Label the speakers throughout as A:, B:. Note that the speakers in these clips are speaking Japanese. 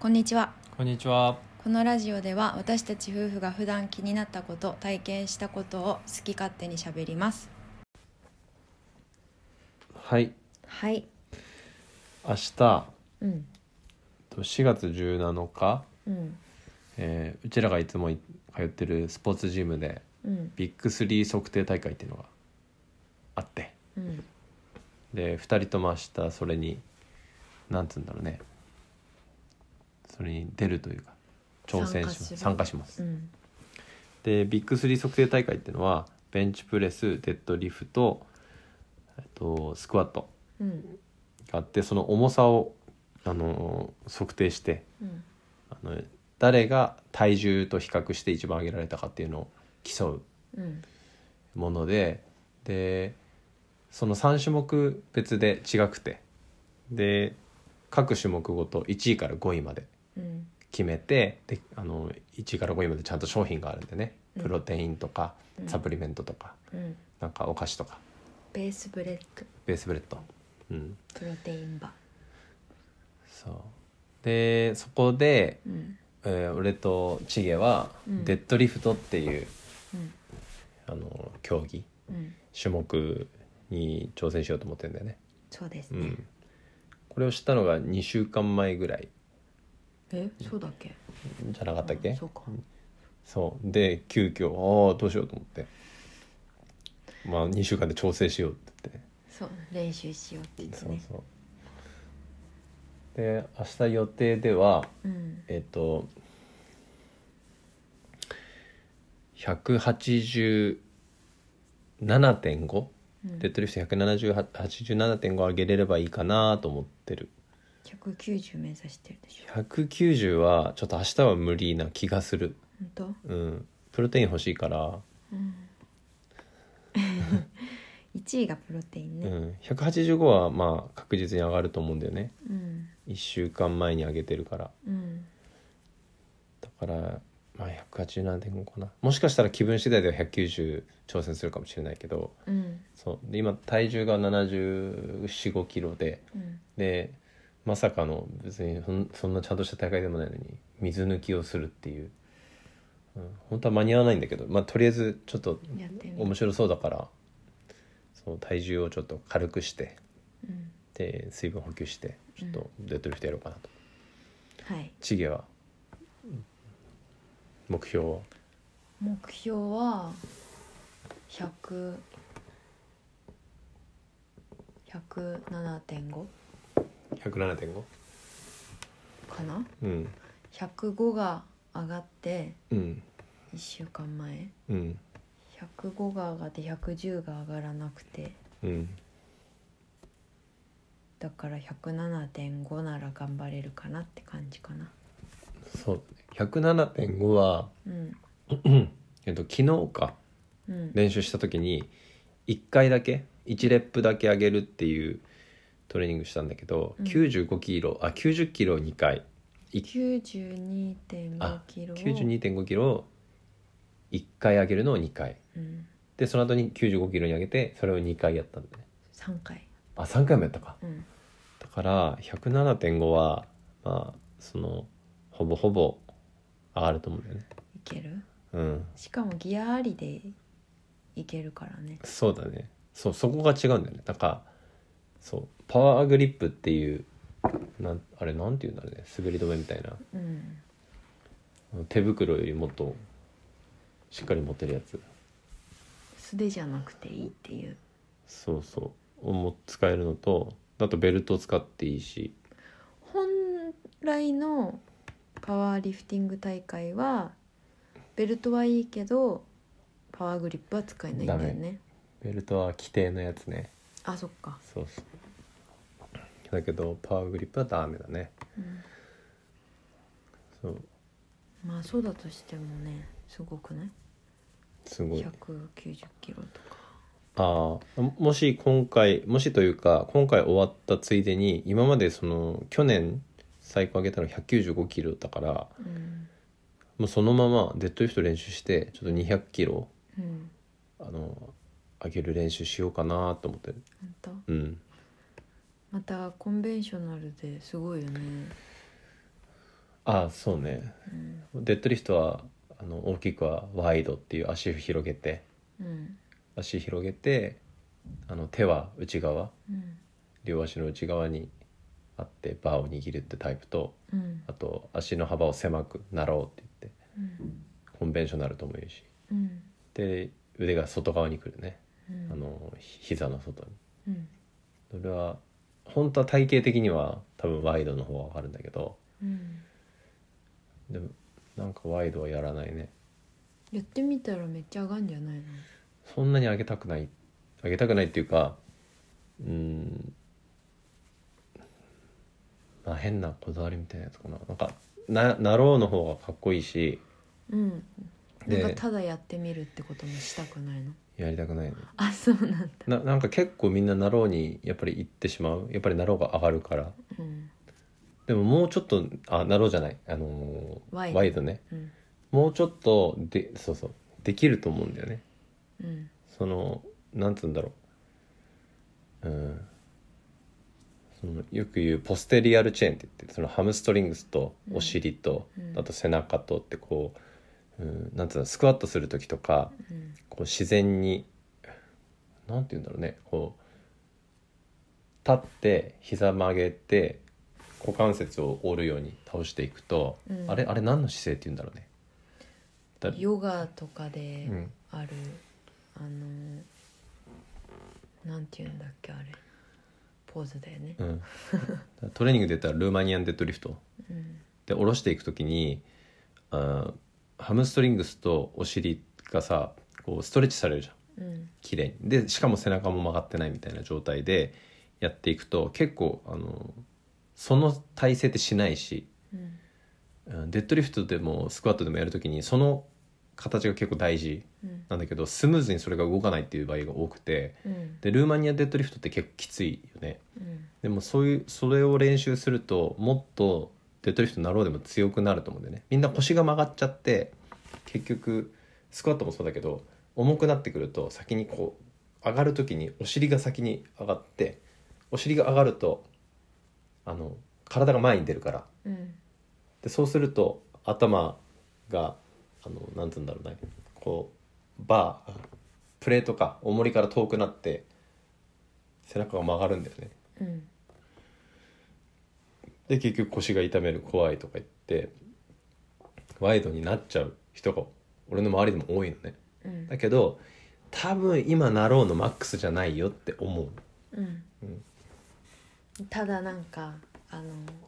A: こんにちは
B: こんにちは。
A: このラジオでは私たち夫婦が普段気になったこと体験したことを好き勝手にしゃべります
B: はい。
A: はい
B: 明日、
A: うん
B: と4月17日、
A: うん
B: えーうちらがいつもい通ってるスポーツジムで
A: うん
B: ビッグスリー測定大会っていうのがあって、
A: うん
B: で2人とも明日それになんつうんだろうね、それに出るというか挑戦します参加
A: 参
B: します。
A: うん
B: でビッグスリー測定大会っていうのはベンチプレス、デッドリフト、えっとスクワット
A: うん
B: があってその重さをあのー測定して。
A: うん
B: あの誰が体重と比較して一番上げられたかっていうのを競
A: うん
B: うものででその3種目別で違くてで各種目ごと1位から5位まで
A: うん
B: 決めてであの1位から5位までちゃんと商品があるんでね
A: うん
B: プロテインとか
A: うん
B: サプリメントとか、
A: うん
B: なんかお菓子とか
A: ベースブレック
B: ベースブレッド、うん、
A: プロテインバ
B: そうでそこで、
A: ーうん
B: えー俺とチゲは
A: うん
B: デッドリフトっていう、
A: うん
B: あの競技
A: うん
B: 種目に挑戦しようと思ってんだよね、
A: そうです
B: う
A: ね、
B: ん、これを知ったのが2週間前ぐらい
A: えそうだっけ
B: じゃなかったっけ、
A: うんそうか
B: そうで急遽ああどうしようと思ってまあ2週間で調整しようって言って
A: そう練習しようって言って
B: そう
A: ね
B: そうで明日予定では
A: うん
B: えっと187.5
A: うん
B: デッドリフト187.5上げれればいいかなと思ってる
A: 190目指してるでしょ
B: 190はちょっと明日は無理な気がする
A: 本当
B: うんプロテイン欲しいから、
A: 1位がプロテイン
B: う
A: ね
B: ん、185はまあ確実に上がると思うんだよね
A: うん
B: 1週間前に上げてるから
A: うん
B: だからまあ187.5かなもしかしたら気分次第では190挑戦するかもしれないけど
A: うん
B: そうで今体重が7 4 5キロで
A: うん
B: でまさかの別にそんそんなちゃんとした大会でもないのに水抜きをするっていう、うん、本当は間に合わないんだけど、まあ、とりあえずちょっと
A: やってみ
B: 面白そうだからそう体重をちょっと軽くして
A: うん
B: で水分補給してちょっとデッドリフトやろうかなと。
A: はい
B: チゲは目標は
A: 目標は100 107.5
B: 107.5?
A: かな
B: うん
A: 105が上がって
B: うん
A: 1週間前
B: うん
A: 105が上がって110が上がらなくて
B: うん
A: だから107.5なら頑張れるかなって感じかな
B: そうだね107.5は、
A: うん
B: えっと、昨日か
A: うん
B: 練習した時に1回だけ1レップだけ上げるっていうトレーニングしたんだけど、
A: うん
B: 95キロあ90キロを2回
A: 92.5
B: あ
A: キロを
B: 92.5キロを1回上げるのを2回
A: うん、
B: でその後に95キロに上げてそれを2回やったんだね
A: 3回
B: あ3回もやったか
A: うん
B: だから107.5はまあそのほぼほぼ上がると思うんだよね
A: いける
B: うん
A: しかもギアありでいけるからね
B: そうだねそうそこが違うんだよねなんかそうパワーグリップっていうなんあれなんていうんだろうね滑り止めみたいな
A: うん
B: 手袋よりもっとしっかり持てるやつ
A: 素手じゃなくていいっていう
B: そうそうをも使えるのとあとベルトを使っていいし
A: 本来のパワーリフティング大会はベルトはいいけどパワーグリップは使えないんだよ
B: ダ
A: ね
B: ベルトは規定のやつね
A: あそっか、
B: そうそうだけどパワーグリップはダメだね
A: うん、
B: そう
A: まあそうだとしてもねすごくない
B: すごい
A: 190キロとか
B: ああもし今回もしというか今回終わったついでに今までその去年最高上げたの195キロだから
A: うん、
B: もうそのままデッドリフト練習してちょっと200キロ
A: うん、
B: あの上げる練習しようかなと思ってる
A: 本当
B: うん
A: またコンベンショナルですごいよね
B: あそうね
A: うん
B: デッドリフトはあの大きくはワイドっていう足を広げて
A: うん
B: 足広げてあの手は内側
A: うん
B: 両足の内側にあってバーを握るってタイプと
A: うん
B: あと足の幅を狭くなろうって言って
A: うん
B: コンベンショナルとも言うし
A: うん
B: で腕が外側に来るね
A: うん
B: あのひ膝の外に
A: うん
B: それは本当は体型的には多分ワイドの方が分かるんだけど
A: うん
B: でもなんかワイドはやらないね
A: やってみたらめっちゃ上がんじゃないの
B: そんなに上げたくない上げたくないっていうかうーんまあ変なこだわりみたいなやつかななんかななろうの方がかっこいいし
A: うんなん
B: で
A: かただやってみるってこともしたくないの
B: やりたくないね
A: あそうなんだ
B: ななんか結構みんななろうにやっぱり行ってしまうやっぱりなろうが上がるから
A: うん
B: でももうちょっとあなろうじゃないあのー
A: ワイド
B: ワイドね
A: うん
B: もうちょっとでそうそうできると思うんだよね
A: うん
B: そのなんつうんだろううんそのよく言うポステリアルチェーンって言ってそのハムストリングスとお尻と、
A: うん
B: あと背中とってこう、うん、なんつうのスクワットする時とか
A: うん
B: こう自然になんて言うんだろうねこう立って膝曲げて股関節を折るように倒していくと、
A: うん
B: あれあれ何の姿勢って言うんだろうねだ
A: ヨガとかで
B: うん
A: ある、あのなんていうんだっけあれポーズだよね
B: うん、トレーニングで言ったらルーマニアンデッドリフト
A: うん
B: で下ろしていく時にあーハムストリングスとお尻がさこうストレッチされるじゃん
A: うん
B: 綺麗にでしかも背中も曲がってないみたいな状態でやっていくと結構あのその体勢ってしないし
A: うん
B: うんデッドリフトでもスクワットでもやる時にその形が結構大事
A: うん
B: なんだけどスムーズにそれが動かないっていう場合が多くて
A: うん
B: でルーマニアデッドリフトって結構きついよね
A: うん
B: でもそういうそれを練習するともっとデッドリフトになろうでも強くなると思うんだよねみんな腰が曲がっちゃって結局スクワットもそうだけど重くなってくると先にこう上がる時にお尻が先に上がってお尻が上がるとあの体が前に出るから
A: うん
B: でそうすると頭があのなんつうんだろうねこうバープレートか重りから遠くなって背中が曲がるんだよね
A: うん
B: で結局腰が痛める怖いとか言ってワイドになっちゃう人が俺の周りでも多いのね
A: うん
B: だけど多分今なろうのマックスじゃないよって思う
A: うん
B: うん
A: ただなんかあの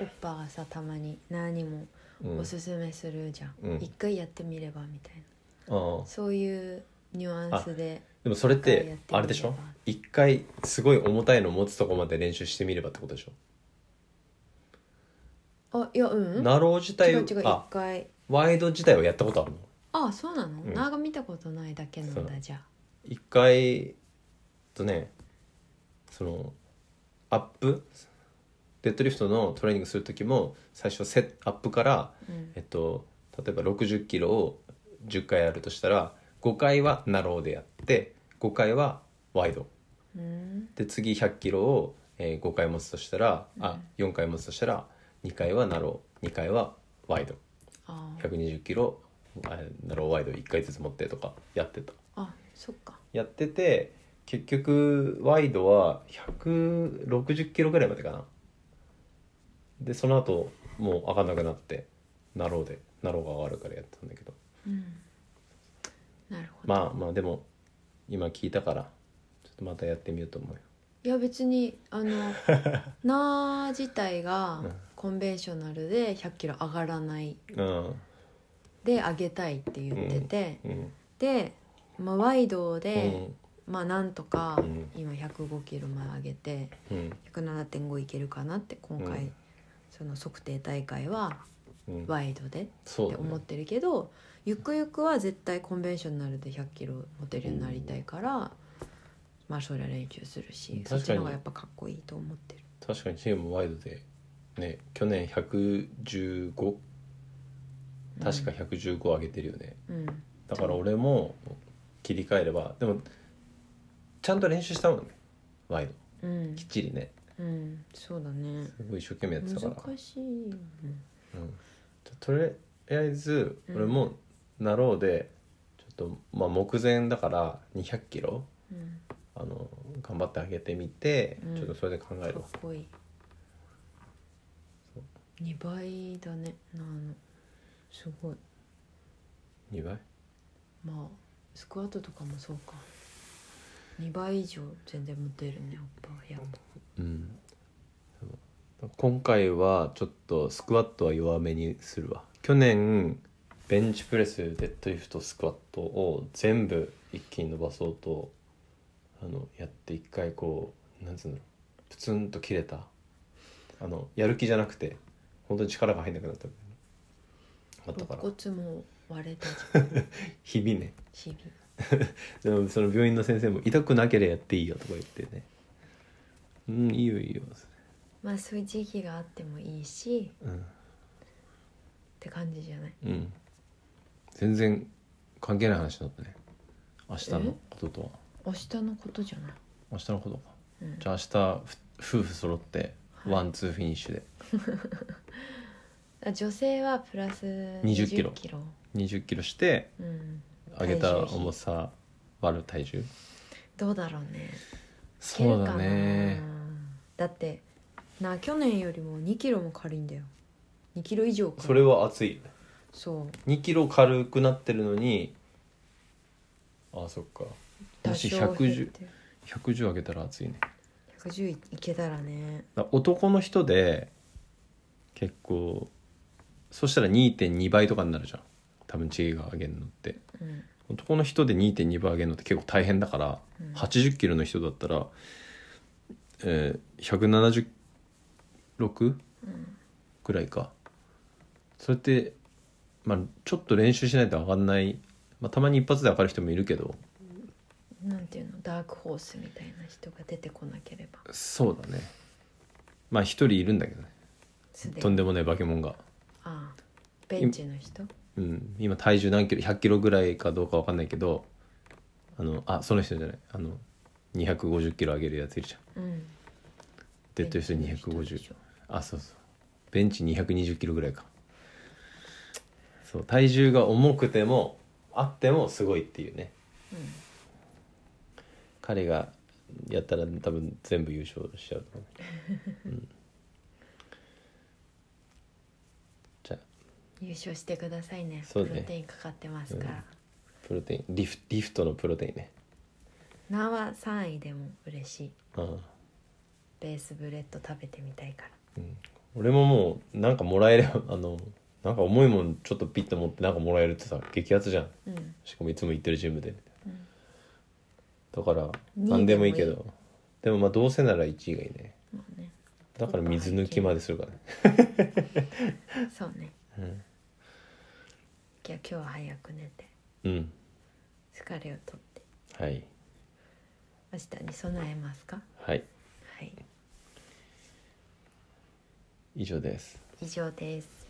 A: おっぱがさたまに何も
B: うん
A: おすすめするじゃん、
B: うん
A: 一回やってみればみたい
B: ああ
A: なそういうニュアンスで
B: でもそれっ
A: 一回や
B: て
A: ってみれば
B: あれでしょ一回すごい重たいの持つとこまで練習してみればってことでしょ、
A: あいやうん
B: なろう自体
A: 違う違う一
B: あ
A: 回
B: ワイド自体はやったことあるの
A: ああそうなの、
B: うん
A: 長見たことないだけなん
B: そ
A: だじゃあ
B: 一回とねそのアップデッドリフトのトレーニングする時も最初セッアップから、
A: うん
B: えっと、例えば6 0キロを10回やるとしたら5回はナローでやって5回はワイド
A: うん
B: で次1 0 0キロを、えー5回持つとしたら、あ4回持つとしたら2回はナロー2回はワイド
A: あ
B: 1 2 0キロあナローワイド1回ずつ持ってとかやってた。
A: ああそっか
B: やってて結局ワイドは160キロぐらいまでかなでその後もう上がんなくなってナローでナローが上がるからやってたんだけど
A: うんなるほど、
B: まあまあでも今聞いたからちょっとまたやってみようと思うよ
A: いや別にあ のなー自体が
B: うん
A: コンベンショナルで1 0 0キロ上がらないで上げたいって言ってて、
B: うんうん
A: で、まあ、ワイド
B: う
A: で、
B: ん
A: まあなんとか
B: うん
A: 今1 0 5キロまで上げて
B: うん
A: 107.5いけるかなって今回、
B: うん
A: その測定大会は
B: うん
A: ワイドでって
B: そうだね
A: 思ってるけど、ゆくゆくは絶対コンベンショナルで1 0 0キロ持てるようになりたいから、まあそりゃ練習するし
B: 確か
A: そ
B: に
A: っちの方がやっぱかっこいいと思ってる。
B: 確かにチームワイドでね去年115確か115上げてるよね、
A: うん
B: だから俺も切り替えればでもちゃんと練習したもんねワイド
A: うん
B: きっちりね
A: うん、そうだね
B: すごい一生懸難しいやってたから
A: 難しいよね
B: うんとりあえず
A: うん
B: 俺もなろうで、ちょっとまあ目前だから2 0 0キロ
A: うん、
B: あの頑張ってあげてみて、
A: うん
B: ちょっとそれで考え
A: か
B: る
A: っ
B: わ
A: こいい2倍だねあのすごい
B: 2倍
A: まあスクワットとかもそうか2倍以上全然持てるねやっぱやっぱ
B: うん今回はちょっとスクワットは弱めにするわ去年ベンチプレスデッドリフトスクワットを全部一気に伸ばそうとあのやって一回こうなんつうんだろうプツンと切れたあのやる気じゃなくて本当に力が入んなくなったみたいなあったから
A: 肋骨も割れた
B: 日々ね
A: し日々
B: でもその病院の先生も痛くなければやっていいよとか言ってねうんいいよいいよ、
A: まあそういう時期があってもいいし
B: うん
A: って感じじゃない
B: うん全然関係ない話だったね明日の
A: え
B: こととは
A: 明日のことじゃない、
B: 明日のことか
A: うん
B: じ、ゃあ明日ふ夫婦揃って
A: はい
B: ワンツーフィニッシュで
A: あ女性はプラス
B: 20キロ
A: 20キロ
B: 2 0キロして
A: うん、
B: 上げた
A: 体重比
B: 重さ割る体重
A: どうだろうねいける
B: そ
A: か
B: う
A: な
B: だね
A: だってなあ去年よりも2キロも軽いんだよ2キロ以上か
B: それは熱い
A: そう
B: 2キロ軽くなってるのにあそっかもし
A: 減っ
B: 110
A: てる
B: 110上げたら熱いね
A: 110いけたらね
B: だから男の人で結構そしたら2.2倍とかになるじゃん多分チゲが上げるのって
A: うん
B: 男の人で2.2倍上げるのって結構大変だから、
A: うん
B: 80キロの人だったら、えー、176
A: うん
B: ぐらいかそれって、まあ、ちょっと練習しないと上がんない、まあ、たまに一発で上がる人もいるけど
A: なんていうのダークホースみたいな人が出てこなければ
B: そうだねまあ一人いるんだけどね
A: すで
B: とん
A: に
B: でもない化け物が。
A: ああベンチの人
B: うん、今体重何キロ100キロぐらいかどうかわかんないけどあのあその人じゃないあの250キロ上げるやついるじゃん
A: うん
B: デッドリ
A: ベン
B: フト
A: チの人でし
B: 250
A: ょ
B: あそうそうベンチ220キロぐらいかそう体重が重くてもあってもすごいっていうね
A: うん
B: 彼がやったら多分全部優勝しちゃうと思う、 うんじゃあ
A: 優勝してくださいね
B: そうね
A: プロテインかかってますから、
B: プロテインリフリフトのプロテインね
A: 縄は3位でも嬉しい
B: うん
A: ベースブレッド食べてみたいから
B: 俺ももうなんかもらえればあのなんか重いもんちょっとピッと持ってなんかもらえるってさ激アツじゃん
A: うん
B: しかもいつも行ってるジムで
A: うん
B: だから
A: 二位でもいい
B: 何でもいいけどでもまあどうせなら1位がいいね
A: まあね
B: だから水抜きまでするからね
A: そうね、
B: うん
A: じゃあ今日は早く寝て
B: うん
A: 疲れをとって
B: はい
A: 明日に備えますか
B: はい
A: はい
B: 以上です
A: 以上です